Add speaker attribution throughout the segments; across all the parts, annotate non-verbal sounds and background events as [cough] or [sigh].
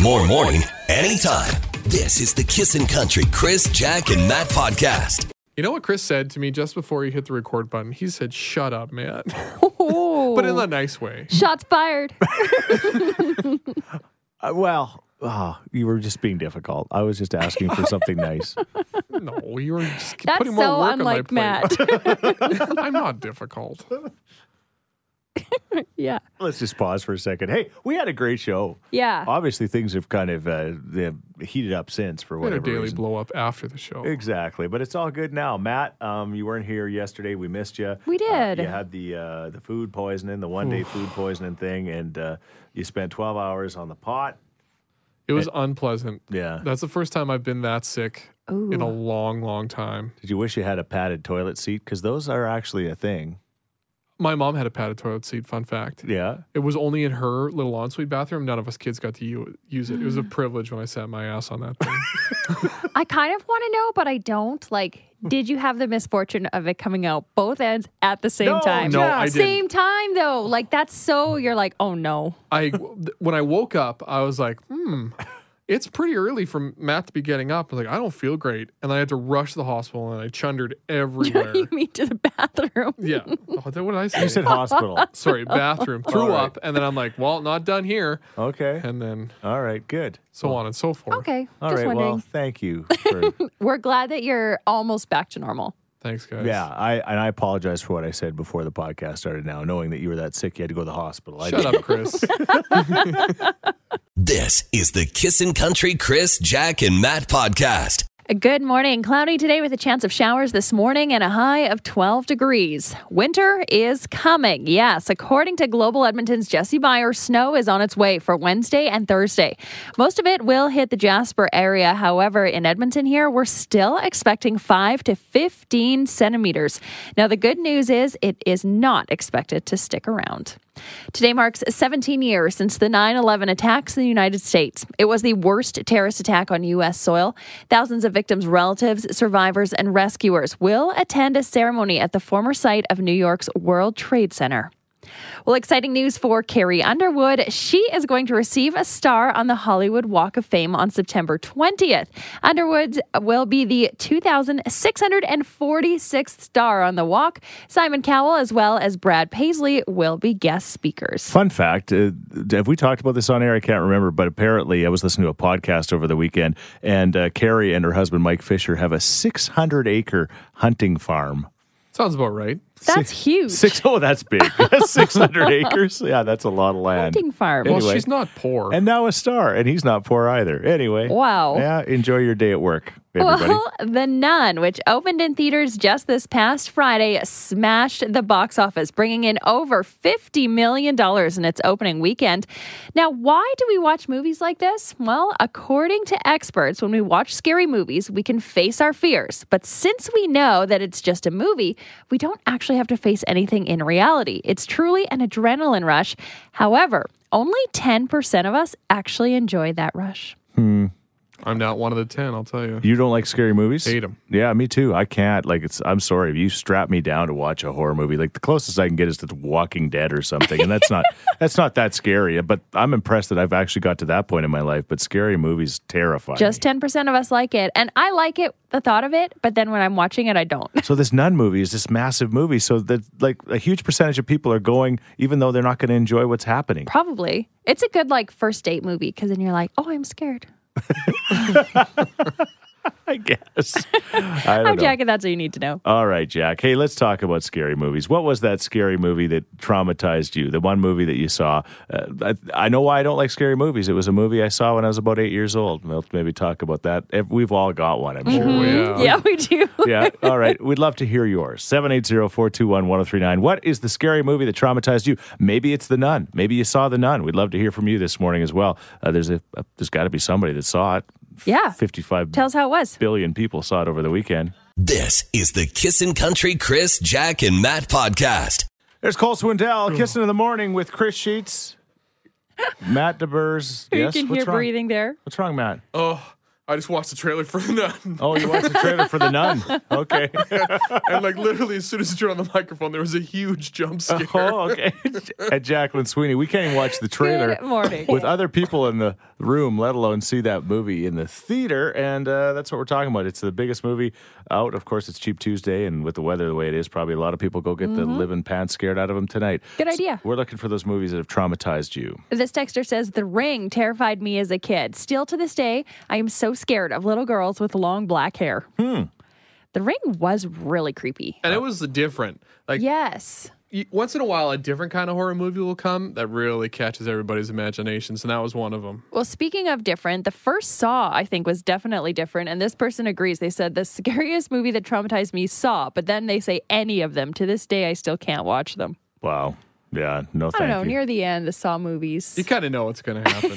Speaker 1: more morning, anytime. This is the Kissin' Country Chris, Jack, and Matt podcast.
Speaker 2: You know what Chris said to me just before he hit the record button? He said, "Shut up, man," [laughs]
Speaker 3: Oh.
Speaker 2: but in a nice way.
Speaker 3: Shots
Speaker 2: [laughs]
Speaker 3: fired.
Speaker 4: Uh, well, ah, you were just being difficult. I was just asking for something nice.
Speaker 2: No, you were just
Speaker 3: That's
Speaker 2: putting more
Speaker 3: so
Speaker 2: work
Speaker 3: unlike
Speaker 2: on my
Speaker 3: Matt.
Speaker 2: plate. [laughs] I'm not
Speaker 4: [laughs]
Speaker 2: difficult.
Speaker 3: [laughs] yeah.
Speaker 4: Let's just pause for a second. Hey, we had a great show.
Speaker 3: Yeah.
Speaker 4: Obviously, things have kind of uh, they've heated up since for
Speaker 2: We had a
Speaker 4: whatever
Speaker 2: daily
Speaker 4: reason.
Speaker 2: blow up after the show.
Speaker 4: Exactly, but it's all good now. Matt, um, you weren't here yesterday. We missed you.
Speaker 3: We did.
Speaker 4: you had the uh, the food poisoning, the one day food poisoning thing, and uh, you spent twelve hours on the pot.
Speaker 2: It was unpleasant.
Speaker 4: Yeah.
Speaker 2: That's the first time I've been that sick in a long, long time.
Speaker 4: Did you wish you had a padded toilet seat? Because those are actually a thing.
Speaker 2: My mom had a padded toilet seat, fun fact.
Speaker 4: Yeah.
Speaker 2: It was only in her little ensuite bathroom. None of us kids got to u- use it. It
Speaker 3: [gasps]
Speaker 2: was a privilege when I sat my ass on that thing.
Speaker 3: I kind of want to know, but I don't. Like, did you have the misfortune of it coming out both ends at the same
Speaker 4: No,
Speaker 3: time?
Speaker 2: no, I didn't.
Speaker 3: Same time though. Like that's so you're like, oh no. [laughs]
Speaker 2: I when I woke up, I was like, hmm, it's pretty early for Matt to be getting up. I was like, I don't feel great, and I had to rush to the hospital, and I chundered everywhere.
Speaker 3: [laughs] you mean to the
Speaker 2: [laughs]
Speaker 3: bathroom?
Speaker 2: yeah, oh, what did I say?
Speaker 4: You said hospital.
Speaker 3: [laughs]
Speaker 2: Sorry,
Speaker 3: Oh.
Speaker 2: bathroom, threw
Speaker 4: right.
Speaker 2: up, and then I'm like, well, not done here,
Speaker 4: Okay.
Speaker 2: and then
Speaker 4: All right. Good.
Speaker 2: so on and so forth.
Speaker 3: Okay.
Speaker 4: All
Speaker 3: just
Speaker 4: right.
Speaker 3: wondering.
Speaker 4: Well,
Speaker 3: [laughs]
Speaker 4: thank you. For,
Speaker 3: We're glad that you're almost back to normal.
Speaker 2: Thanks, guys.
Speaker 4: yeah, I and I apologize for what I said before the podcast started. Now, knowing that you were that sick, you had to go to the hospital. I
Speaker 2: Shut
Speaker 4: did-
Speaker 2: up,
Speaker 4: [laughs]
Speaker 2: Chris.
Speaker 1: This is the Kissin' Country Chris, Jack, and Matt podcast.
Speaker 3: Good morning. Cloudy today with a chance of showers this morning and a high of 12 degrees. Winter is coming. Yes, according to Global Edmonton's Jesse Meyer, snow is on its way for Wednesday and Thursday. Most of it will hit the Jasper area. However, in Edmonton here, we're still expecting 5 to 15 centimeters. Now, the good news is it is not expected to stick around. Today marks 17 years since the 9 11 attacks in the United States. It was the worst terrorist attack on U.S. soil. Thousands of victims' relatives, survivors, and rescuers will attend a ceremony at the former site of New York's World Trade Center. Well, exciting news for Carrie Underwood. She is going to receive a star on the Hollywood Walk of Fame on September 20th. Underwood will be the 2,646th star on the walk. Simon Cowell, as well as Brad Paisley, will be guest speakers.
Speaker 4: Fun fact: uh, Have we talked about this on air? I can't remember, but apparently, I was listening to a podcast over the weekend, and uh, Carrie and her husband Mike Fisher have a 600-acre hunting farm.
Speaker 2: Sounds about right.
Speaker 3: That's
Speaker 4: Six-
Speaker 3: huge. [laughs]
Speaker 4: Six oh, that's big. [laughs] Six hundred acres. Yeah, that's a lot of land.
Speaker 3: hunting farm.
Speaker 2: Well,
Speaker 4: Anyway.
Speaker 2: she's not poor.
Speaker 4: And now a star, and he's not poor either. Anyway,
Speaker 3: Wow.
Speaker 4: Yeah, enjoy your day at work, everybody.
Speaker 3: Well, The Nun, which opened in theaters just this past Friday, smashed the box office, bringing in over $50 million in its opening weekend. Now, why do we watch movies like this? Well, according to experts, when we watch scary movies, we can face our fears. But since we know that it's just a movie, we don't actually have to face anything in reality. It's truly an adrenaline rush. However, only 10% of us actually enjoy that rush.
Speaker 2: I'm not one of the ten. I'll tell you.
Speaker 4: You don't like scary movies?
Speaker 2: Hate 'em.
Speaker 4: Yeah, me too. I can't. Like, it's. I'm sorry. If you strap me down to watch a horror movie, like the closest I can get is to The Walking Dead or something, and that's not. that's not that scary. But I'm impressed that I've actually got to that point in my life. But scary movies terrify. me.
Speaker 3: Just 10% of us like it. And I like it, the thought of it, but then when I'm watching it, I don't. [laughs]
Speaker 4: So this nun movie is this massive movie. So that like a huge percentage of people are going, even though they're not going to enjoy what's happening.
Speaker 3: Probably. It's a good, like, first date movie because then you're like, oh, I'm scared.
Speaker 4: I guess. [laughs] I don't
Speaker 3: Oh,
Speaker 4: know.
Speaker 3: Jack, and that's what you need to know.
Speaker 4: All right, Jack. Hey, let's talk about scary movies. What was that scary movie that traumatized you? The one movie that you saw? Uh, I, I know why I don't like scary movies. It was a movie I saw when I was about eight years old. We'll maybe talk about that. Ev- We've all got one, I'm sure.
Speaker 2: Oh, yeah.
Speaker 3: [laughs] Yeah, we do.
Speaker 4: yeah. All right. We'd love to hear yours. 780 421 1039. What is the scary movie that traumatized you? Maybe it's The Nun. Maybe you saw The Nun. We'd love to hear from you this morning as well. Uh, there's a, uh, there's got to be somebody that saw it.
Speaker 3: Yeah.
Speaker 4: 55
Speaker 3: Tell us how it was.
Speaker 4: billion people saw it over the weekend.
Speaker 1: This is the Kissin' Country Chris, Jack, and Matt podcast.
Speaker 4: There's Cole Swindell, Kissing in the Morning with
Speaker 3: [laughs]
Speaker 4: Chris Sheets, Matt DeBurs.
Speaker 3: You
Speaker 4: yes,
Speaker 3: can
Speaker 4: what's
Speaker 3: hear
Speaker 4: wrong?
Speaker 3: breathing there.
Speaker 4: What's wrong, Matt?
Speaker 2: Oh, I just watched the trailer for [laughs] the nun.
Speaker 4: Oh, you watched the trailer for the nun. Okay.
Speaker 2: and like literally as soon as you turn on the microphone, there was a huge jump scare.
Speaker 4: Oh, okay. [laughs] At Jacqueline Sweeney, we can't even watch the trailer
Speaker 3: Good morning.
Speaker 4: with other people in the room, let alone see that movie in the theater. And uh, that's what we're talking about. It's the biggest movie out. Of course, it's Cheap Tuesday, and with the weather the way it is, probably a lot of people go get the living pants scared out of them tonight.
Speaker 3: Mm-hmm. Good idea.
Speaker 4: We're looking for those movies that have traumatized you.
Speaker 3: [laughs] This texter says The Ring terrified me as a kid. Still to this day, I am so scared of little girls with long black hair. Hmm. The Ring was really creepy.
Speaker 2: And it was different. Like
Speaker 3: Yes.
Speaker 2: y- once in a while, a different kind of horror movie will come that really catches everybody's imaginations, and that was one of them.
Speaker 3: Well, speaking of different, the first Saw, I think, was definitely different. And this person agrees. They said the scariest movie that traumatized me, Saw, but then they say any of them. To this day, I still can't watch them.
Speaker 4: Wow. Yeah. No,
Speaker 3: I
Speaker 4: thank
Speaker 3: don't know.
Speaker 4: you.
Speaker 3: Near the end, the Saw movies.
Speaker 2: You kind of know what's going to happen.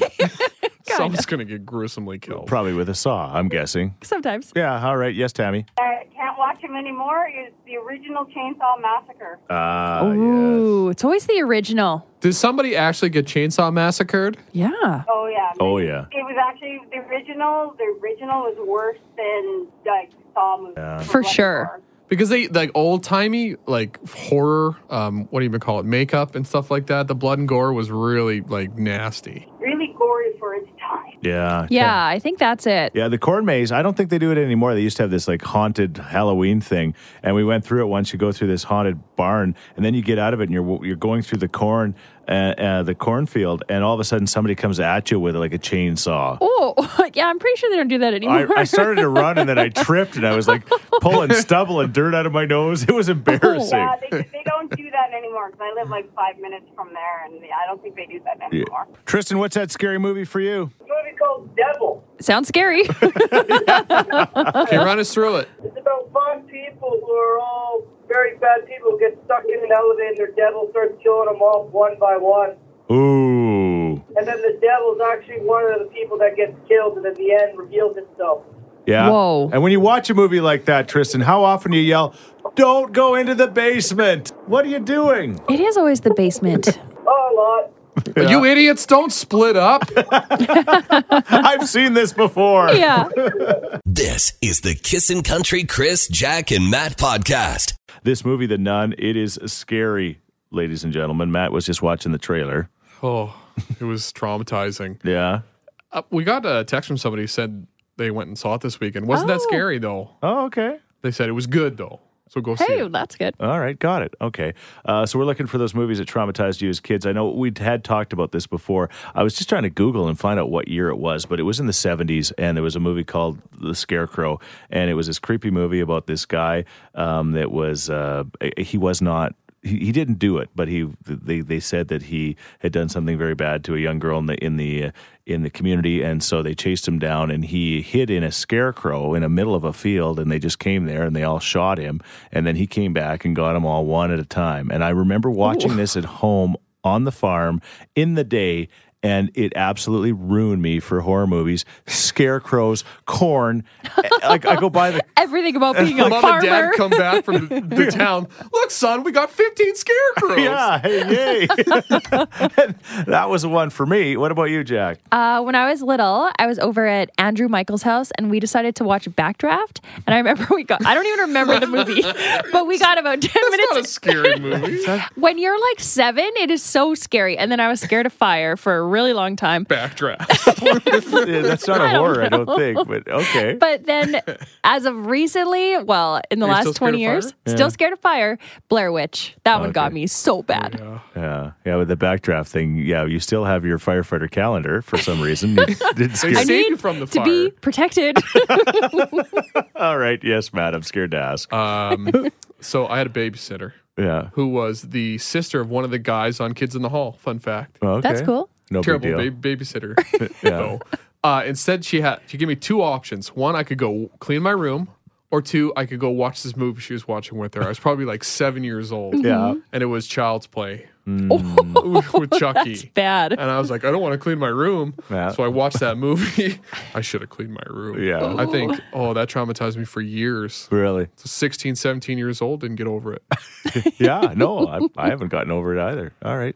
Speaker 2: [laughs] Someone's going to get gruesomely killed.
Speaker 4: probably with a saw, I'm guessing.
Speaker 3: [laughs] Sometimes.
Speaker 4: Yeah. All right. Yes, Tammy.
Speaker 5: I can't watch him anymore is the original Chainsaw Massacre.
Speaker 4: [laughs] Ah,
Speaker 3: Ooh, it's always the original.
Speaker 2: Did somebody actually get chainsaw massacred?
Speaker 3: Yeah.
Speaker 5: oh yeah.
Speaker 4: Oh, yeah.
Speaker 5: It was actually the original. The original was worse than like Saw movie.
Speaker 3: For sure.
Speaker 2: Because they like old timey like horror, um, what do you even call it, makeup and stuff like that. The blood and gore was really like nasty.
Speaker 5: Really gory for its time.
Speaker 4: Yeah.
Speaker 3: Yeah, I think that's it.
Speaker 4: Yeah, the corn maze. I don't think they do it anymore. They used to have this like haunted Halloween thing, and we went through it once. You go through this haunted barn, and then you get out of it, and you're you're going through the corn, uh, uh, the cornfield, and all of a sudden somebody comes at you with like a chainsaw.
Speaker 3: Oh, [laughs] yeah, I'm pretty sure they don't do that
Speaker 4: I,
Speaker 3: anymore.
Speaker 4: I started to run, and then I tripped, and I was like pulling stubble and dirt out of my nose. It was embarrassing.
Speaker 5: Yeah, they, they don't do that anymore because I live like five minutes from there, and I don't think they do that anymore.
Speaker 4: Tristan, what's that scary movie for you?
Speaker 5: movie called Devil.
Speaker 3: [laughs] Sounds scary.
Speaker 2: Okay, run us through it.
Speaker 5: It's about five people who are all very bad people who get stuck in an elevator, and their devil starts killing them off one by one.
Speaker 4: Ooh,
Speaker 5: And then the devil's actually one of the people that gets killed, and in the end reveals itself.
Speaker 4: yeah.
Speaker 3: Whoa.
Speaker 4: And when you watch a movie like that, Tristan, how often do you yell? Don't go into the basement. What are you doing?
Speaker 3: [laughs] [laughs] it is always the basement.
Speaker 5: Oh, a lot.
Speaker 2: You idiots, don't split up. [laughs]
Speaker 4: I've seen this
Speaker 3: [laughs]
Speaker 4: before.
Speaker 3: yeah.
Speaker 1: This is the Kissin' Country Chris, Jack, and Matt podcast.
Speaker 4: This movie, The Nun, it is scary, ladies and gentlemen. Matt was just watching the trailer.
Speaker 2: oh, it was traumatizing.
Speaker 4: Yeah.
Speaker 2: Uh, we got a text from somebody who said they went and saw it this weekend. Wasn't that
Speaker 3: Oh.
Speaker 2: scary though?
Speaker 4: Oh, okay.
Speaker 2: They said it was good though. So go see
Speaker 3: [laughs] Hey,
Speaker 2: it.
Speaker 3: that's good.
Speaker 4: All right, got it. Okay. Uh, so we're looking for those movies that traumatized you as kids. I know we had talked about this before. I was just trying to Google and find out what year it was, but it was in the 70s, and there was a movie called The Scarecrow, and it was this creepy movie about this guy um, that was, uh, he was not. He he didn't do it, but he they, they said that he had done something very bad to a young girl in the in the uh, in the community, and so they chased him down, and he hid in a scarecrow in the middle of a field, and they just came there and they all shot him, and then he came back and got them all one at a time. And I remember watching this at home on the farm in the day. And it absolutely ruined me for horror movies, scarecrows, corn. [laughs] like I go by the
Speaker 3: Everything
Speaker 4: [laughs]
Speaker 3: about being a
Speaker 2: Mom and
Speaker 3: farmer.
Speaker 2: dad come back from
Speaker 3: [laughs]
Speaker 2: the, the town. Look, son, we got 15 scarecrows.
Speaker 4: yeah, hey, yay! [laughs] that was the one for me. What about you, Jack?
Speaker 3: Uh, when [laughs] I was little, I was over at Andrew Michael's house and we decided to watch Backdraft. And I remember we got, I don't even remember
Speaker 2: [laughs]
Speaker 3: the movie, but we got about 10
Speaker 2: It's
Speaker 3: minutes.
Speaker 2: not a scary
Speaker 3: [laughs]
Speaker 2: movie.
Speaker 3: when you're like seven, it is so scary. And then I was scared of fire for a really long time.
Speaker 2: Backdraft.
Speaker 4: Yeah, That's not a horror, I don't think. But okay,
Speaker 2: [laughs]
Speaker 3: But then as of recently, well, in the
Speaker 2: Are you still scared
Speaker 3: last 20
Speaker 2: of
Speaker 3: years,
Speaker 4: fire? Yeah.
Speaker 3: still scared of fire, Blair Witch. That one got
Speaker 4: Okay.
Speaker 3: me so bad.
Speaker 2: Yeah.
Speaker 4: Yeah, yeah, with the backdraft thing, yeah, you still have your firefighter calendar for some reason.
Speaker 3: [laughs]
Speaker 4: You did
Speaker 2: I
Speaker 4: scare.
Speaker 2: Save you from the
Speaker 3: to be
Speaker 2: fire. [laughs]
Speaker 3: protected.
Speaker 4: All right, yes, Matt, I'm scared to ask.
Speaker 2: [laughs] Um, so I had a babysitter
Speaker 4: yeah,
Speaker 2: who was the sister of one of the guys on Kids in the Hall. Fun fact.
Speaker 4: Well, Oh, okay.
Speaker 3: That's cool.
Speaker 4: No big
Speaker 2: Terrible
Speaker 4: deal.
Speaker 2: ba- babysitter.
Speaker 4: [laughs]
Speaker 2: [laughs] though. Uh, instead, she had she gave me two options. One, I could go clean my room, or two, I could go watch this movie she was watching with her. I was probably like seven years old.
Speaker 4: Yeah. Mm.
Speaker 2: and it was Child's Play. [laughs] with Chucky.
Speaker 3: That's bad.
Speaker 2: And I was like, I don't want to clean my room.
Speaker 4: Yeah.
Speaker 2: So I watched that movie. [laughs] I should have cleaned my room.
Speaker 4: Yeah.
Speaker 2: I think, oh, that traumatized me for years.
Speaker 4: Really?
Speaker 2: 16, 17 years old, didn't get over
Speaker 4: [laughs]
Speaker 2: it.
Speaker 3: [laughs]
Speaker 4: Yeah, no, I, I haven't gotten over it either. All right,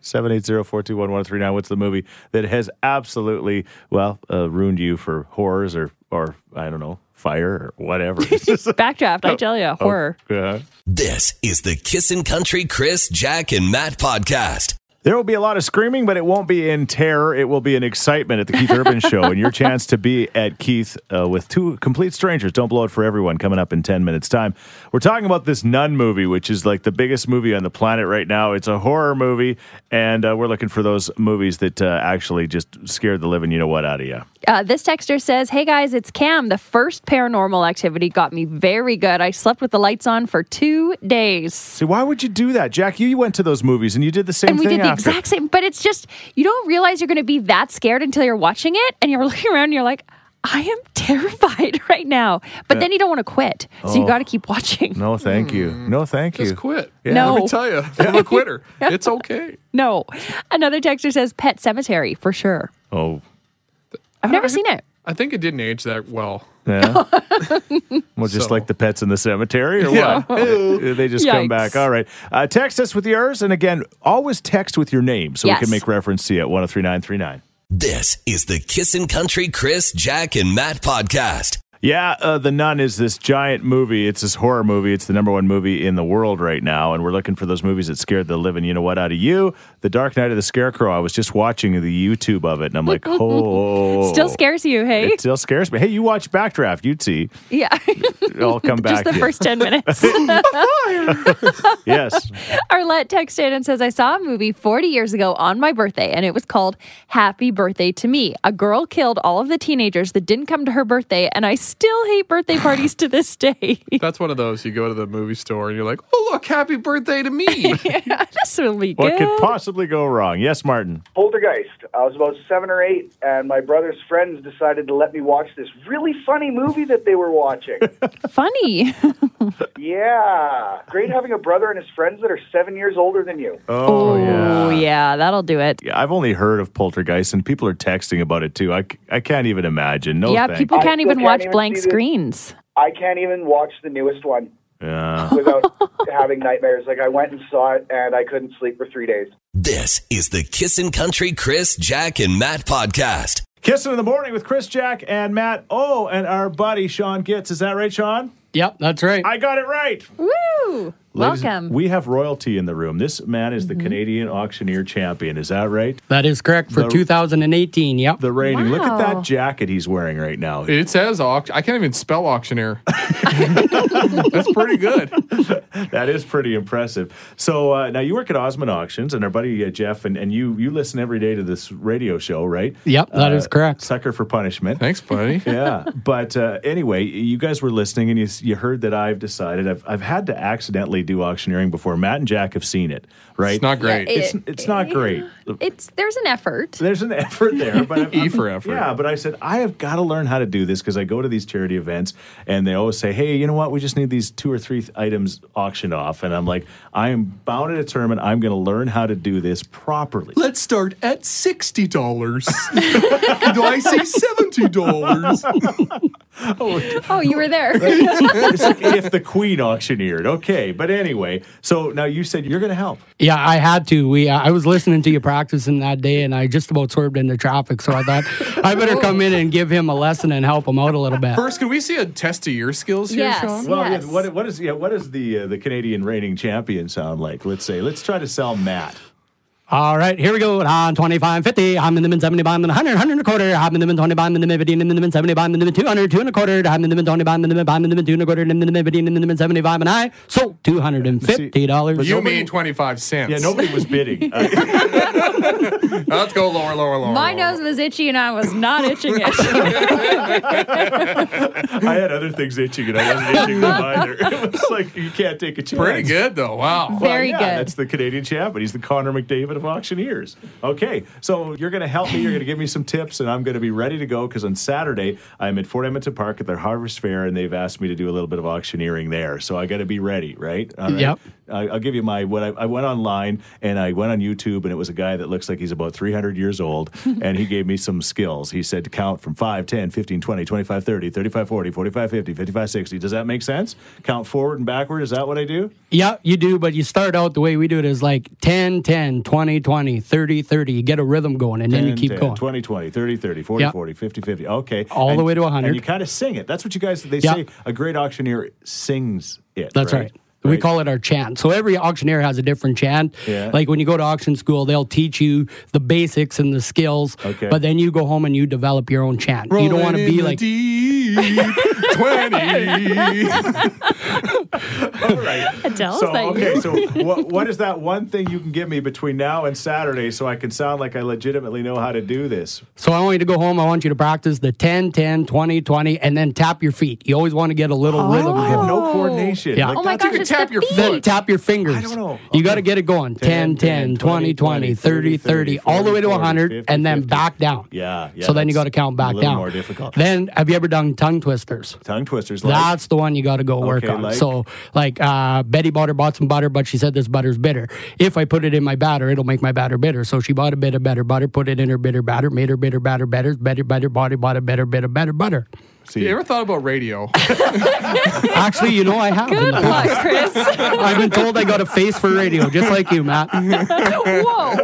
Speaker 4: 780-421-1039. What's the movie that has absolutely, well, uh, ruined you for horrors or, or I don't know, fire or whatever? [laughs] It's just-
Speaker 3: Backdraft,
Speaker 2: oh,
Speaker 3: I tell you, horror.
Speaker 4: yeah.
Speaker 1: This is the Kissin' Country Chris, Jack, and Matt podcast.
Speaker 4: There will be a lot of screaming, but it won't be in terror. It will be in excitement at the
Speaker 3: [laughs]
Speaker 4: Keith Urban Show and your chance to be at Keith uh, with two complete strangers. Don't blow it for everyone coming up in 10 minutes' time. We're talking about this Nun movie, which is like the biggest movie on the planet right now. It's a horror movie, and uh, we're looking for those movies that uh, actually just scared the living you know what out of you.
Speaker 3: Uh, this texter says, Hey guys, it's Cam. The first paranormal activity got me very good. I slept with the lights on for two days.
Speaker 4: See, why would you do that? Jack, you went to those movies and you did the same
Speaker 3: And we
Speaker 4: thing
Speaker 3: did the
Speaker 4: after.
Speaker 3: exact same, but it's just, you don't realize you're going to be that scared until you're watching it and you're [laughs] looking around and you're like, I am [laughs] terrified [laughs] right now. But then you don't want to quit. So you got to keep watching.
Speaker 4: Oh. no, thank you. No, thank you.
Speaker 2: Just quit.
Speaker 3: No.
Speaker 2: Let me tell
Speaker 3: [laughs]
Speaker 2: you, I'm a quitter. It's okay.
Speaker 3: No. Another texter says, Pet Cemetery for sure.
Speaker 4: Oh,
Speaker 3: I've never seen it.
Speaker 2: I think it didn't age that well.
Speaker 4: Yeah. [laughs] well, just
Speaker 2: So-
Speaker 4: like the pets in the cemetery, or what? Uh, they just come
Speaker 3: Yikes.
Speaker 4: back. All right. Uh, text us with yours. And again, always text with your name so
Speaker 3: Yes.
Speaker 4: we can make reference to you at 103939.
Speaker 1: This is the Kissin' Country Chris, Jack, and Matt podcast.
Speaker 4: Yeah, uh, The Nun is this giant movie. It's this horror movie. It's the number one movie in the world right now. And we're looking for those movies that scared the living, you know what, out of you. The Dark Knight of the Scarecrow. I was just watching the YouTube of it, and
Speaker 3: [laughs]
Speaker 4: I'm like, oh.
Speaker 3: Still scares you, hey?
Speaker 4: It still scares me. Hey, you watch Backdraft. You'd see.
Speaker 3: [laughs] yeah.
Speaker 4: I'll come
Speaker 3: [laughs] just
Speaker 4: back
Speaker 3: the
Speaker 4: to you.
Speaker 3: first 10
Speaker 4: [laughs]
Speaker 3: minutes. [laughs]
Speaker 4: Yes.
Speaker 3: Arlette texted and says, I saw a movie 40 years ago on my birthday, and it was called Happy Birthday to Me. A girl killed all of the teenagers that didn't come to her birthday, and I still hate birthday parties to this day. [laughs]
Speaker 2: That's one of those you go to the movie store and you're like, oh, look, happy birthday to me.
Speaker 3: this will be
Speaker 4: What
Speaker 3: good.
Speaker 4: could possibly go wrong? Yes, Martin.
Speaker 6: Poltergeist. I was about seven or eight, and my brother's friends decided to let me watch this really funny movie that they were watching.
Speaker 3: Funny.
Speaker 6: yeah. Great having a brother and his friends that are seven years older than you.
Speaker 3: [laughs] Oh, yeah. that'll do it.
Speaker 4: Yeah, I've only heard of poltergeist, and people are texting about it too. I, c- I can't even imagine. No,
Speaker 3: yeah,
Speaker 4: thank
Speaker 3: people
Speaker 4: you.
Speaker 3: can't
Speaker 6: I still
Speaker 3: even
Speaker 6: can't
Speaker 3: watch
Speaker 6: even
Speaker 3: blank
Speaker 6: see this.
Speaker 3: screens.
Speaker 6: I can't even watch the newest one
Speaker 4: Yeah.
Speaker 6: without having nightmares. Like, I went and saw it, and I couldn't sleep for three days.
Speaker 1: This is the Kissin' Country Chris, Jack, and Matt podcast.
Speaker 4: Kissing in the morning with Chris, Jack, and Matt. Oh, and our buddy Sean Gitz. Is that right, Sean?
Speaker 7: Yep, that's right.
Speaker 4: I got it right.
Speaker 3: Woo!
Speaker 4: Ladies,
Speaker 3: Welcome.
Speaker 4: we have royalty in the room. This man is the
Speaker 3: Mm-hmm.
Speaker 4: Canadian auctioneer champion. Is that right?
Speaker 7: that is correct for
Speaker 4: The-
Speaker 7: 2018. Yep.
Speaker 4: The reigning. Look at
Speaker 3: Wow.
Speaker 4: that jacket he's wearing right now.
Speaker 2: it says auction. I can't even spell auctioneer. [laughs] That's pretty good.
Speaker 4: That is pretty impressive. So uh, now you work at Osmond Auctions, and our buddy uh, Jeff, and, and you you listen every day to this radio show, right? Uh,
Speaker 7: yep, that is correct.
Speaker 4: Sucker for punishment.
Speaker 2: Thanks, buddy.
Speaker 4: yeah, but uh, anyway, you guys were listening, and you s- you heard that I've decided I've I've had to accidentally do auctioneering before. Matt and Jack have seen it, right?
Speaker 2: It's not great.
Speaker 3: Yeah, it-
Speaker 4: it's, it's not great.
Speaker 3: it's There's an
Speaker 4: [laughs]
Speaker 3: effort.
Speaker 4: There's an effort there, but I've,
Speaker 2: [laughs] E for effort.
Speaker 4: Yeah, but I said I have got to learn how to do this because I go to these charity events and they always say, "Hey, you know what? We just need these two or three th- items auctioned off," and I'm like, I am bound to determine I'm going to learn how to do this
Speaker 2: [laughs]
Speaker 4: properly.
Speaker 2: Let's start at sixty dollars. Do I say seventy dollars?
Speaker 3: Oh, you were there. [laughs]
Speaker 4: it's like if the Queen auctioneered, okay. But anyway, so now you said you're going to help.
Speaker 7: Yeah, I had to. We I was listening to you practicing that day, and I just about swerved into traffic. So I thought I better come in and give him a lesson and help him out a little bit.
Speaker 2: First, can we see a test of your skills here,
Speaker 3: Yes.
Speaker 2: Sean?
Speaker 4: Well,
Speaker 3: Yes.
Speaker 4: yeah, what what is yeah, what does the uh, the Canadian reigning champion sound like? Let's say let's try to sell Matt.
Speaker 7: All right, here we go. On 25, 50, I'm in the min 70, I'm in the 100, 100 and a quarter, I'm in the min 20, I'm in the min 15, I'm in the min 70, I'm in the min 200, 2 and a quarter, I'm in the min 20, I'm in the min, I'm in the min 2 and a quarter, I'm in the min 15, I'm in the min 75, and I sold $250.
Speaker 2: You mean twenty-five cents?
Speaker 4: Yeah, nobody was bidding.
Speaker 2: [laughs]
Speaker 4: [laughs] Uh,
Speaker 2: Let's go lower, lower, lower.
Speaker 3: My
Speaker 2: lower.
Speaker 3: nose was itchy and I was not itching
Speaker 4: [laughs]
Speaker 3: it.
Speaker 4: I had other things itching, and I wasn't itching them either. [laughs] It was like you can't take a chance.
Speaker 2: Pretty good though. Wow.
Speaker 4: Well,
Speaker 3: Very
Speaker 4: yeah,
Speaker 3: good.
Speaker 4: That's the Canadian champion. He's the Connor McDavid of auctioneers. Okay, so you're going to help me. You're going to give me some tips, and I'm going to be ready to go because on Saturday I'm at Fort Edmonton Park at their Harvest Fair, and they've asked me to do a little bit of auctioneering there. So I got to be ready, right? All right.
Speaker 7: Yep.
Speaker 4: Uh, I, I'll give you my what I, I went online and I went on YouTube and it was a guy that looks like he's about 300
Speaker 3: [laughs]
Speaker 4: years old and he gave me some skills. He said to count from 5, 10, 15, 20, 25, 30, 35, 40, 45, 50, 55, 60. Does that make sense? Count forward and backward. Is that what I do?
Speaker 7: Yeah, you do, but you start out the way we do it is like 10, 10, 20, 20, 30, 30. You get a rhythm going and then you
Speaker 4: 10,
Speaker 7: keep
Speaker 4: 10,
Speaker 7: going.
Speaker 4: 20, 20, 30, 30, 40,
Speaker 7: Yep.
Speaker 4: 40, 50, 50. Okay.
Speaker 7: All the
Speaker 4: And-
Speaker 7: way to 100.
Speaker 4: And you kind of sing it. That's what you guys, they
Speaker 7: Yeah.
Speaker 4: say a great auctioneer sings it.
Speaker 7: That's right. We call it our chant. So every auctioneer has a different chant.
Speaker 4: Yeah.
Speaker 7: Like when you go to auction school, they'll teach you the basics and the skills.
Speaker 4: Okay.
Speaker 7: But then you go home and you develop your own chant. you don't want to be like
Speaker 2: twenty.
Speaker 4: All right.
Speaker 3: Adele,
Speaker 4: So,
Speaker 3: is that you?
Speaker 4: okay, so what, what is that one thing you can give me between now and Saturday so I can sound like I legitimately know how to do this?
Speaker 7: So I want you to go home. I want you to practice the 10, 10, 20, 20, and then tap your feet. You always want to get a little rhythm.
Speaker 4: I have
Speaker 7: going.
Speaker 4: no coordination.
Speaker 7: Yeah.
Speaker 4: Like,
Speaker 3: Oh my
Speaker 2: That's- you
Speaker 3: gosh,
Speaker 2: can
Speaker 3: it's
Speaker 2: tap
Speaker 3: the
Speaker 2: your
Speaker 3: feet.
Speaker 7: Then tap your fingers.
Speaker 4: I don't know.
Speaker 7: You got
Speaker 4: Okay.
Speaker 7: to get it going. 10, 10, 20, 20, 30, 30, all the way to 100,
Speaker 4: 50,
Speaker 7: and then
Speaker 4: 50.
Speaker 7: back down.
Speaker 4: Yeah, yeah,
Speaker 7: so then you
Speaker 4: that's
Speaker 7: got to count back
Speaker 4: a little
Speaker 7: down.
Speaker 4: more difficult.
Speaker 7: Then, have you ever done tongue twisters?
Speaker 4: Tongue twisters. Like,
Speaker 7: That's the one you got to go work
Speaker 4: Okay,
Speaker 7: on.
Speaker 4: like-
Speaker 7: so, like uh, Betty bought her bought some butter, but she said this butter's bitter. If I put it in my batter, it'll make my batter bitter. So she bought a bit of better butter, put it in her bitter batter, made her bitter batter better, better better body bought a better bit of better butter.
Speaker 4: see,
Speaker 2: you ever thought about radio?
Speaker 7: Actually, you know I have. in
Speaker 4: [laughs]
Speaker 3: Good
Speaker 7: the past.
Speaker 3: luck, Chris.
Speaker 7: I've been told I got a face for radio, just like you, Matt.
Speaker 3: Whoa.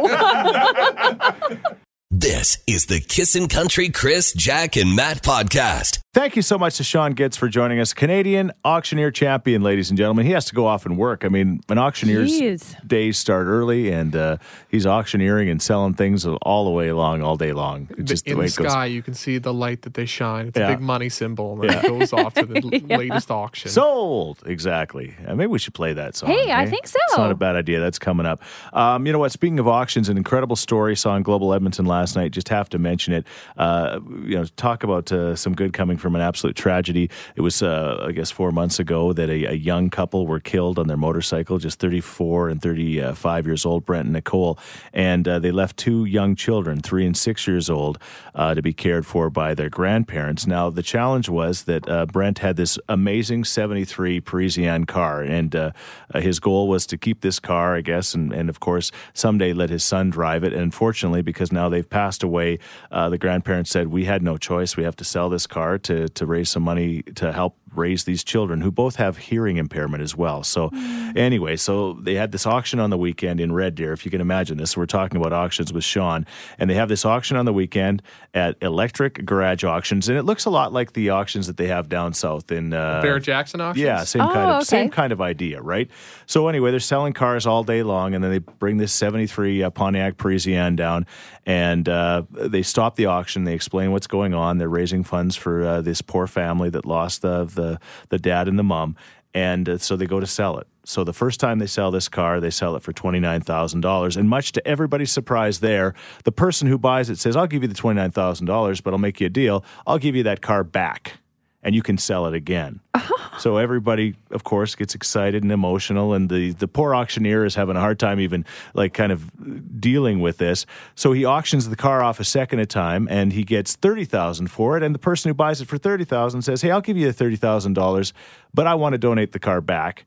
Speaker 1: This is the Kissin' Country Chris, Jack, and Matt podcast.
Speaker 4: Thank you so much to Sean Gitz for joining us. Canadian auctioneer champion, ladies and gentlemen. He has to go off and work. I mean, an auctioneer's
Speaker 3: Jeez.
Speaker 4: days start early, and uh, he's auctioneering and selling things all the way along, all day long. It's [laughs] just the
Speaker 2: in
Speaker 4: way
Speaker 2: the
Speaker 4: it goes.
Speaker 2: sky, you can see the light that they shine. It's
Speaker 4: Yeah.
Speaker 2: a big money symbol, and then it goes off to
Speaker 4: [laughs]
Speaker 2: the l- latest auction.
Speaker 4: Sold. Exactly. Uh, maybe we should play that song.
Speaker 3: Hey, I
Speaker 4: eh?
Speaker 3: think so.
Speaker 4: It's not a bad idea. That's coming up. Um, you know what? Speaking of auctions, an incredible story saw in Global Edmonton last night. Just have to mention it. Uh, you know, talk about uh, some good coming from an absolute tragedy. It was, uh, I guess, four months ago that a, a young couple were killed on their motorcycle, just 34 and 35 years old, Brent and Nicole. And uh, they left two young children, three and six years old, uh, to be cared for by their grandparents. Now, the challenge was that uh, Brent had this amazing 73 Parisian car, and uh, uh, his goal was to keep this car, I guess, and, and of course, someday let his son drive it. And unfortunately, because now they've passed away, uh, the grandparents said, We had no choice. We have to sell this car to, to raise some money to help raise these children who both have hearing impairment as well. So, anyway, so they had this auction on the weekend in Red Deer. If you can imagine this, we're talking about auctions with Sean, and they have this auction on the weekend at Electric Garage Auctions, and it looks a lot like the auctions that they have down south in uh,
Speaker 2: Bear Jackson auction.
Speaker 4: yeah, same
Speaker 3: Oh,
Speaker 4: kind of same
Speaker 3: okay.
Speaker 4: kind of idea, right? So anyway, they're selling cars all day long, and then they bring this '73 uh, Pontiac Parisian down, and uh, they stop the auction. They explain what's going on. They're raising funds for uh, this poor family that lost the the, the dad and the mom, and uh, so they go to sell it. So the first time they sell this car, they sell it for twenty nine thousand dollars, and much to everybody's surprise, there the person who buys it says, "I'll give you the twenty nine thousand dollars, but I'll make you a deal. I'll give you that car back." and you can sell it again.
Speaker 3: Uh-huh.
Speaker 4: so everybody, of course, gets excited and emotional, and the the poor auctioneer is having a hard time even like kind of dealing with this. So he auctions the car off a second time, and he gets thirty thousand for it. And the person who buys it for thirty thousand says, "Hey, I'll give you the thirty thousand dollars, but I want to donate the car back."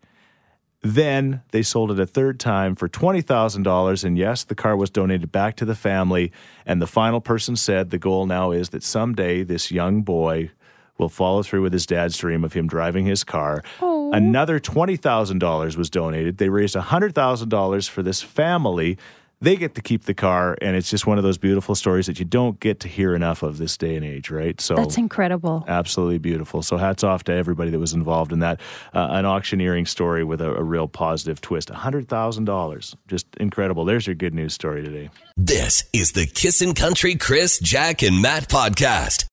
Speaker 4: Then they sold it a third time for $20,000. And yes, the car was donated back to the family. And the final person said the goal now is that someday this young boy will follow through with his dad's dream of him driving his car. Another $20,000 was donated. They raised $100,000 for this family. They get to keep the car. And it's just one of those beautiful stories that you don't get to hear enough of this day and age, right?
Speaker 3: [laughs]
Speaker 4: So
Speaker 3: That's incredible.
Speaker 4: absolutely beautiful. So hats off to everybody that was involved in that. Uh, an auctioneering story with a, a real positive twist. hundred thousand dollars, just incredible. There's your good news story today.
Speaker 1: This is the Kissin' Country Chris, Jack, and Matt podcast.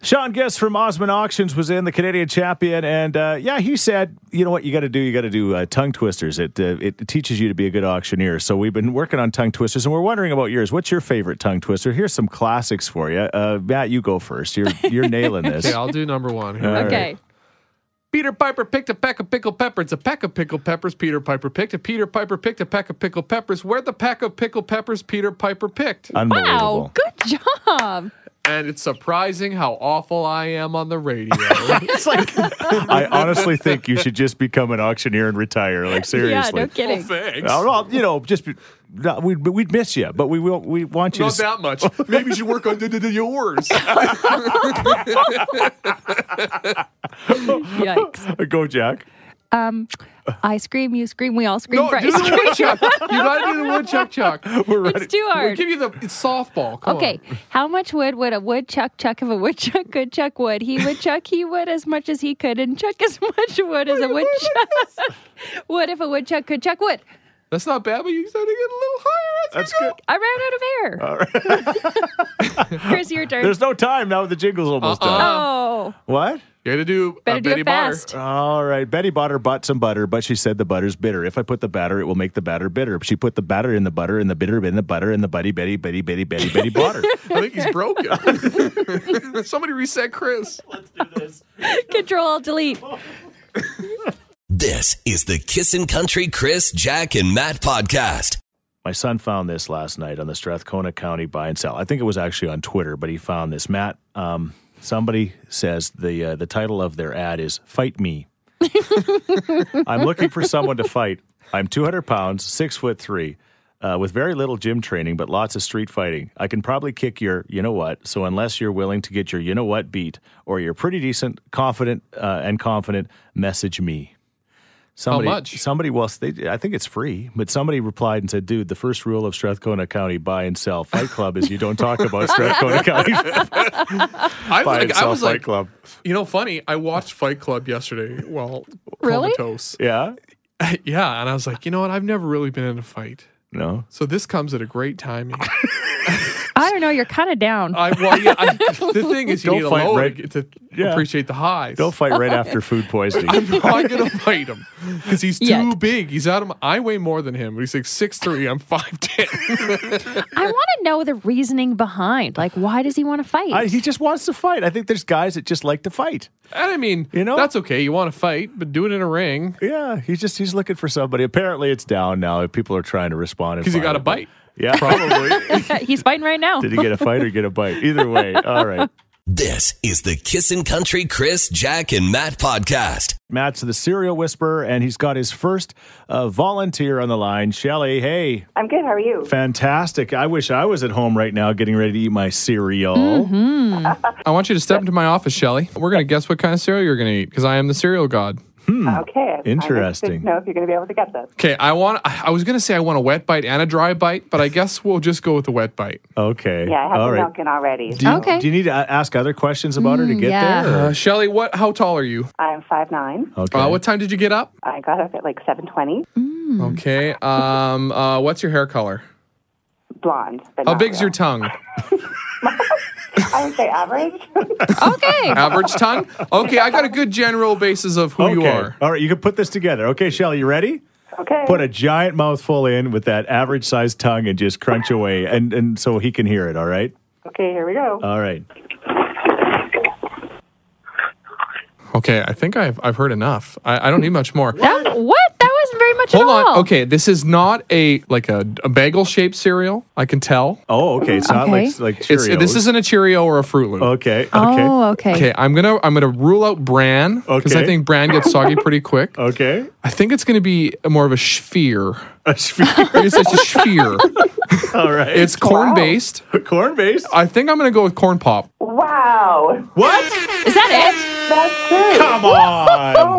Speaker 4: Sean Guest from Osmond Auctions was in the Canadian champion, and uh, yeah, he said, "You know what? You got to do. You got to do uh, tongue twisters. It uh, it teaches you to be a good auctioneer." So we've been working on tongue twisters, and we're wondering about yours. What's your favorite tongue twister? Here's some classics for you. Uh, Matt, you go first. You're
Speaker 2: [laughs]
Speaker 4: you're nailing this.
Speaker 2: Okay, I'll do number one. Here we
Speaker 4: All right.
Speaker 3: Okay.
Speaker 2: Peter Piper picked a peck of pickled peppers. A peck of pickled peppers. Peter Piper picked a. Peter Piper picked a peck of pickled peppers. Where'd the peck of pickled peppers Peter Piper picked?
Speaker 4: Unbelievable.
Speaker 3: Wow. Good job.
Speaker 2: and it's surprising how awful I am on the
Speaker 4: [laughs]
Speaker 2: radio. [laughs]
Speaker 4: It's like I honestly think you should just become an auctioneer and retire. Like
Speaker 3: yeah,
Speaker 4: seriously. Oh,
Speaker 3: no kidding.
Speaker 2: Thanks.
Speaker 4: Well, well, you know, just be, no, we'd, we'd miss you, but we will. We want you
Speaker 2: Not
Speaker 4: to. s-
Speaker 2: that much. Maybe you should work on d- d- d- yours.
Speaker 3: Yikes.
Speaker 4: [laughs] Go, Jack.
Speaker 3: I scream, you scream, we all scream
Speaker 2: no,
Speaker 3: for
Speaker 2: do
Speaker 3: ice [laughs]
Speaker 2: the
Speaker 3: cream.
Speaker 2: woodchuck. You gotta do the woodchuck [laughs] chuck.
Speaker 4: We're ready.
Speaker 3: It's too
Speaker 2: We'll
Speaker 3: hard.
Speaker 2: give you the it's softball. [laughs] Come
Speaker 3: Okay, how much wood would a woodchuck chuck if a woodchuck could chuck wood? He would chuck he would as much as he could and chuck as much wood as a woodchuck [laughs] would if a woodchuck could chuck wood.
Speaker 2: On. That's not bad, but you started to get a little higher.
Speaker 4: That's good.
Speaker 3: I ran out of air. [laughs] Chris, your turn.
Speaker 4: There's no time now. The jingle's almost
Speaker 2: Uh-uh.
Speaker 4: done.
Speaker 3: oh,
Speaker 4: What?
Speaker 2: You gotta do
Speaker 3: better
Speaker 2: a
Speaker 3: do
Speaker 2: Betty
Speaker 3: it
Speaker 2: Botter.
Speaker 3: fast. [laughs]
Speaker 4: All right. Betty Botter bought some butter, but she said the butter's bitter. If I put the batter, it will make the batter bitter. She put the batter in the butter, and the bitter in the butter, and the buddy, Betty, Betty, Betty, Betty,
Speaker 2: [laughs]
Speaker 4: Betty Botter.
Speaker 2: I think he's broken. [laughs]
Speaker 3: [laughs]
Speaker 2: Somebody reset [laughs] Chris.
Speaker 3: Control delete.
Speaker 1: This is the Kissin' Country Chris, Jack, and Matt podcast.
Speaker 4: My son found this last night on the Strathcona County buy and sell. I think it was actually on Twitter, but he found this. Matt, um, somebody says the uh, the title of their ad is "Fight Me." [laughs] I'm looking for someone to fight. I'm 200 pounds, six foot three, uh, with very little gym training, but lots of street fighting. I can probably kick your, you know what. So unless you're willing to get your, you know what, beat, or you're pretty decent, confident, uh, and confident, message me. Somebody,
Speaker 2: much?
Speaker 4: Somebody, well, they, I think it's free, but somebody replied and said, "Dude, the first rule of Strathcona County buy and sell Fight Club is you don't talk about Strathcona County
Speaker 2: I,
Speaker 4: buy
Speaker 2: like,
Speaker 4: and
Speaker 2: I
Speaker 4: sell
Speaker 2: was
Speaker 4: Fight
Speaker 2: like,
Speaker 4: Club."
Speaker 2: you know, funny. I watched Fight Club yesterday. Well,
Speaker 3: Really?
Speaker 2: comatose.
Speaker 4: Yeah,
Speaker 2: [laughs] Yeah, and I was like, you know what? I've never really been in a fight,
Speaker 4: no,
Speaker 2: so this comes at a great timing. [laughs]
Speaker 3: I don't know. You're kind of down.
Speaker 2: I well, yeah. I, the thing is, you
Speaker 4: Don't
Speaker 2: need a
Speaker 4: fight
Speaker 2: low
Speaker 4: red-
Speaker 2: to, get to
Speaker 4: Yeah.
Speaker 2: appreciate the highs.
Speaker 4: don't fight right [laughs] after food poisoning.
Speaker 2: I'm not gonna fight him because he's too
Speaker 3: Yet.
Speaker 2: big. He's out of my. I weigh more than him. He's like six three. I'm five ten. [laughs]
Speaker 3: I want to know the reasoning behind. Like, why does he want to fight?
Speaker 4: I, he just wants to fight. I think there's guys that just like to fight.
Speaker 2: And I mean,
Speaker 4: You know?
Speaker 2: that's okay. You want to fight, but do it in a ring
Speaker 4: Yeah, he's just he's looking for somebody. Apparently, it's down now. People are trying to respond. and
Speaker 2: because you
Speaker 4: fight.
Speaker 2: got a bite.
Speaker 4: Yeah, [laughs] probably.
Speaker 3: He's fighting right now.
Speaker 4: Did he get a fight or get a bite? Either way, all right.
Speaker 1: This is the Kissin' Country Chris, Jack, and Matt podcast.
Speaker 4: Matt's the serial whisperer, and he's got his first uh, volunteer on the line. Shelly, hey,
Speaker 8: I'm good. How are you?
Speaker 4: fantastic! I wish I was at home right now, getting ready to eat my cereal.
Speaker 8: Mm-hmm.
Speaker 2: I want you to step into my office, Shelly. We're gonna guess what kind of cereal you're gonna eat because I am the cereal god.
Speaker 8: Okay. I'm
Speaker 4: Interesting.
Speaker 8: interested to know if you're going to be able to get this.
Speaker 2: Okay, I want. I I was gonna say I want a wet bite and a dry bite, but I guess we'll just go with the wet bite.
Speaker 4: Okay,
Speaker 8: Yeah, I have
Speaker 4: all
Speaker 8: the
Speaker 4: right.
Speaker 8: milk in already.
Speaker 4: Do you,
Speaker 3: Okay. Mm,
Speaker 4: do you need to a- ask other questions about her to get
Speaker 3: yeah.
Speaker 4: there?
Speaker 2: Uh, Shelly, what? How tall are you?
Speaker 8: I'm five nine.
Speaker 4: Okay.
Speaker 2: Uh, what time did you get up?
Speaker 8: I got up at like 7:20.
Speaker 2: Okay. Um. Uh. What's your hair color?
Speaker 8: Blonde. But
Speaker 2: How
Speaker 8: not
Speaker 2: big's your
Speaker 8: real.
Speaker 2: tongue?
Speaker 8: I would say average.
Speaker 3: Okay.
Speaker 2: Average tongue. Okay, I got a good general basis of who you
Speaker 4: Okay.
Speaker 2: are.
Speaker 4: All right, you can put this together. Okay, Shelly, you ready?
Speaker 8: okay.
Speaker 4: Put a giant mouthful in with that average sized tongue and just crunch away, and, and so he can hear it, all right?
Speaker 8: okay. Here we go.
Speaker 4: All right.
Speaker 2: Okay, I think I've I've heard enough. I, I don't need much more.
Speaker 3: That, what? That wasn't very much
Speaker 2: Hold
Speaker 3: at all.
Speaker 2: on. Okay, this is not a like a, a bagel shaped cereal. I can tell.
Speaker 4: Oh, okay. It's not
Speaker 3: Okay.
Speaker 4: like like
Speaker 2: It's,
Speaker 4: Cheerios.
Speaker 2: this isn't a Cheerio or a Fruit Loop.
Speaker 4: okay. Okay.
Speaker 3: Oh, okay.
Speaker 2: Okay, I'm gonna I'm gonna rule out bran because I
Speaker 4: Okay. Uh.
Speaker 2: think bran gets soggy pretty quick.
Speaker 4: [laughs] Okay.
Speaker 2: I think it's gonna be more of a sphere.
Speaker 4: A sphere.
Speaker 2: I guess it's a sphere.
Speaker 4: all right.
Speaker 2: It's
Speaker 4: [laughs]
Speaker 2: corn based.
Speaker 4: corn based.
Speaker 2: I think I'm gonna go with corn pop.
Speaker 8: Wow.
Speaker 4: What?
Speaker 3: Is that
Speaker 8: That's true.
Speaker 2: [laughs]
Speaker 4: Come on.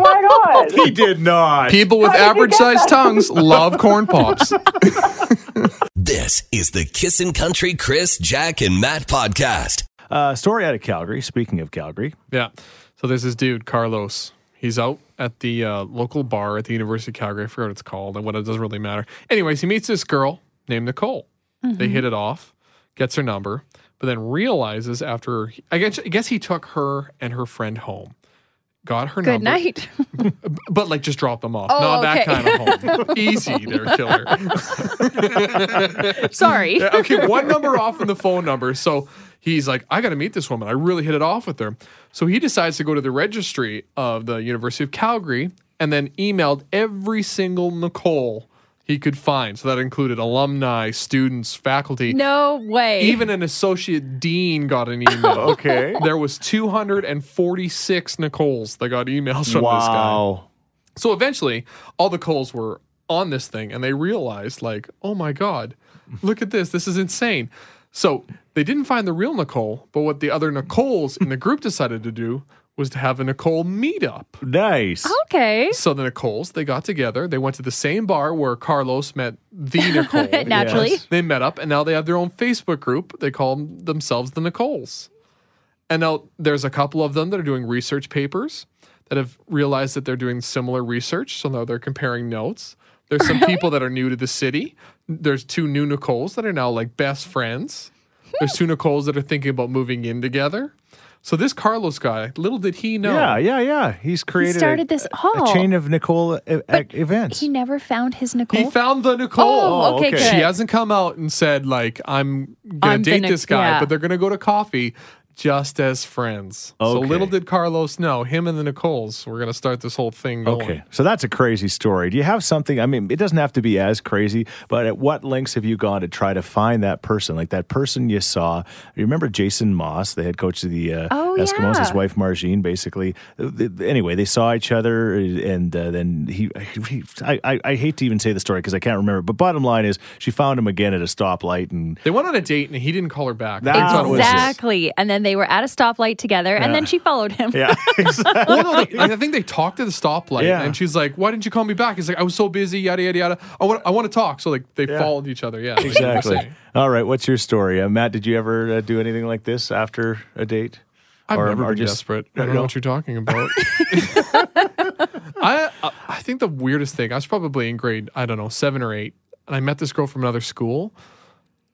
Speaker 3: [laughs]
Speaker 8: Oh my god.
Speaker 4: he did not.
Speaker 2: People with
Speaker 8: did you
Speaker 2: average
Speaker 8: get
Speaker 2: sized tongues love corn pops.
Speaker 1: This is the Kissin' Country Chris, Jack, and Matt podcast.
Speaker 4: Uh, story out of Calgary. Speaking of Calgary.
Speaker 2: Yeah. So there's this dude, Carlos. He's out at the uh, local bar at the University of Calgary. I forget what it's called and what it doesn't really matter. Anyways, he meets this girl named Nicole. They
Speaker 3: Mm-hmm.
Speaker 2: hit it off, gets her number, but then realizes after, I guess, I guess he took her and her friend home, got her
Speaker 3: it? Good
Speaker 2: number,
Speaker 3: night.
Speaker 2: but like just dropped them off.
Speaker 3: Oh,
Speaker 2: Not that
Speaker 3: okay.
Speaker 2: kind
Speaker 3: [laughs]
Speaker 2: of home. Easy there, killer.
Speaker 3: [laughs] Sorry.
Speaker 2: Yeah, [laughs] okay, one number off from the phone number. So he's like, I got to meet this woman. I really hit it off with her. So he decides to go to the registry of the University of Calgary and then emailed every single Nicole he he could find. So that included alumni, students, faculty.
Speaker 3: No way.
Speaker 2: Even an associate dean got an email.
Speaker 4: [laughs] Okay.
Speaker 2: there was 246 Nicoles that got emails from this guy.
Speaker 4: wow.
Speaker 2: So eventually, all the Coles were on this thing and they realized, like, oh my God, look at this. This is insane. So they didn't find the real Nicole, but what the other Nicoles in the group decided to do was to have a Nicole meetup.
Speaker 4: Nice.
Speaker 3: okay.
Speaker 2: So the Nicoles, they got together. They went to the same bar where Carlos met the Nicole.
Speaker 3: [laughs] Naturally.
Speaker 4: Yes.
Speaker 2: They met up and now they have their own Facebook group. They call themselves the Nicoles. And now there's a couple of them that are doing research papers that have realized that they're doing similar research. So now they're comparing notes. There's some people that are new to the city. There's two new Nicoles that are now like best friends. There's two Nicoles that are thinking about moving in together. So this Carlos guy, little did he know.
Speaker 4: Yeah, yeah, yeah. He's created
Speaker 3: started
Speaker 4: a,
Speaker 3: this
Speaker 4: a
Speaker 3: all.
Speaker 4: chain of Nicole e- e- events.
Speaker 3: He never found his Nicole.
Speaker 2: He found the Nicole.
Speaker 3: Oh, okay,
Speaker 4: okay.
Speaker 3: good.
Speaker 2: She hasn't come out and said like I'm gonna
Speaker 3: I'm the
Speaker 2: date
Speaker 3: Nic-
Speaker 2: this guy,
Speaker 3: yeah.
Speaker 2: but they're gonna go to coffee just as friends. So
Speaker 4: Okay.
Speaker 2: little did Carlos know, him and the Nicoles were gonna start this whole thing going.
Speaker 4: Okay, so that's a crazy story. Do you have something? I mean, it doesn't have to be as crazy, but at what lengths have you gone to try to find that person? Like that person you saw. You remember Jason Moss, the head coach of the uh,
Speaker 3: Oh,
Speaker 4: Eskimos,
Speaker 3: yeah.
Speaker 4: his wife Margine, basically. Uh, th- Anyway, they saw each other, and uh, then he. he I, I, I hate to even say the story because I can't remember, but bottom line is she found him again at a stoplight, and
Speaker 2: They went on a date and he didn't call her back.
Speaker 4: That
Speaker 2: That's how it was.
Speaker 3: Exactly. And then they were at a stoplight together, and then she followed him.
Speaker 4: [laughs] yeah, exactly.
Speaker 2: Well, no, they- I think they talked at the stoplight,
Speaker 4: Yeah.
Speaker 2: and she's like, "Why didn't you call me back?" He's like, "I was so busy, yada yada yada. I want, I want to talk." So like, they followed each other. Yeah, like you were
Speaker 4: Exactly.
Speaker 2: saying.
Speaker 4: [laughs] All right. What's your story, uh, Matt? Did you ever uh, do anything like this after a date?
Speaker 2: I've
Speaker 4: Or-
Speaker 2: never
Speaker 4: or
Speaker 2: been
Speaker 4: just-
Speaker 2: desperate. I don't
Speaker 4: No.
Speaker 2: know what you're talking about.
Speaker 4: [laughs]
Speaker 2: I I- I think the weirdest thing I was probably in grade I don't know seven or eight, and I met this girl from another school.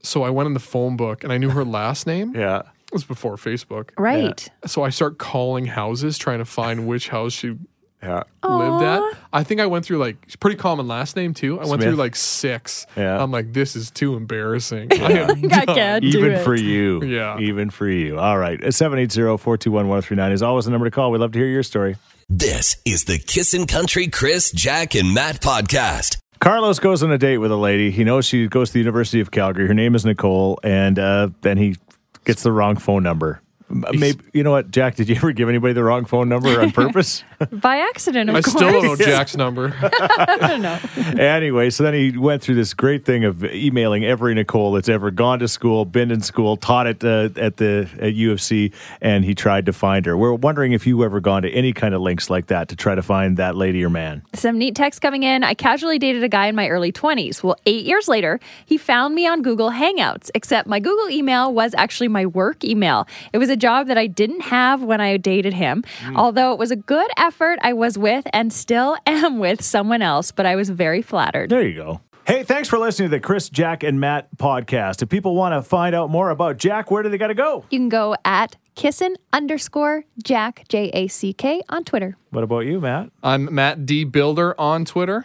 Speaker 2: So I went in the phone book and I knew her last name.
Speaker 4: Yeah.
Speaker 2: It was before Facebook.
Speaker 3: Right.
Speaker 2: So I start calling houses trying to find which house she
Speaker 4: Yeah.
Speaker 2: lived at. I think I went through like it's a pretty common last name too. I went
Speaker 4: Smith.
Speaker 2: through like six.
Speaker 4: Yeah.
Speaker 2: I'm like, this is too embarrassing. I am
Speaker 3: I can't do
Speaker 4: Even
Speaker 3: it.
Speaker 4: for you.
Speaker 2: Yeah.
Speaker 4: Even for you. All right. Uh, 780 421 1039 is always the number to call. We'd love to hear your story.
Speaker 1: This is the Kissin' Country Chris, Jack, and Matt podcast.
Speaker 4: Carlos goes on a date with a lady. He knows she goes to the University of Calgary. Her name is Nicole. And uh, then he gets the wrong phone number. M- Maybe you know what, Jack? Did you ever give anybody the wrong phone number [laughs] on purpose?
Speaker 3: By accident,
Speaker 2: [laughs]
Speaker 3: of
Speaker 2: I
Speaker 3: course.
Speaker 2: still don't know Jack's number. [laughs]
Speaker 3: I don't know.
Speaker 4: anyway, so then he went through this great thing of emailing every Nicole that's ever gone to school, been in school, taught at uh, at the at UFC, and he tried to find her. We're wondering if you ever gone to any kind of links like that to try to find that lady or man.
Speaker 3: Some neat text coming in. I casually dated a guy in my early 20s. Well, eight years later, he found me on Google Hangouts, except my Google email was actually my work email. It was a job that I didn't have when I dated him. Although it was a good effort, I was with and still [laughs] am with someone else, but I was very flattered.
Speaker 4: There you go. Hey, thanks for listening to the Chris, Jack, and Matt podcast. If people want to find out more about Jack, where do they got to go?
Speaker 3: You can go at kissin underscore Jack, J A C K, on Twitter.
Speaker 4: What about you, Matt?
Speaker 2: I'm Matt D Builder on Twitter.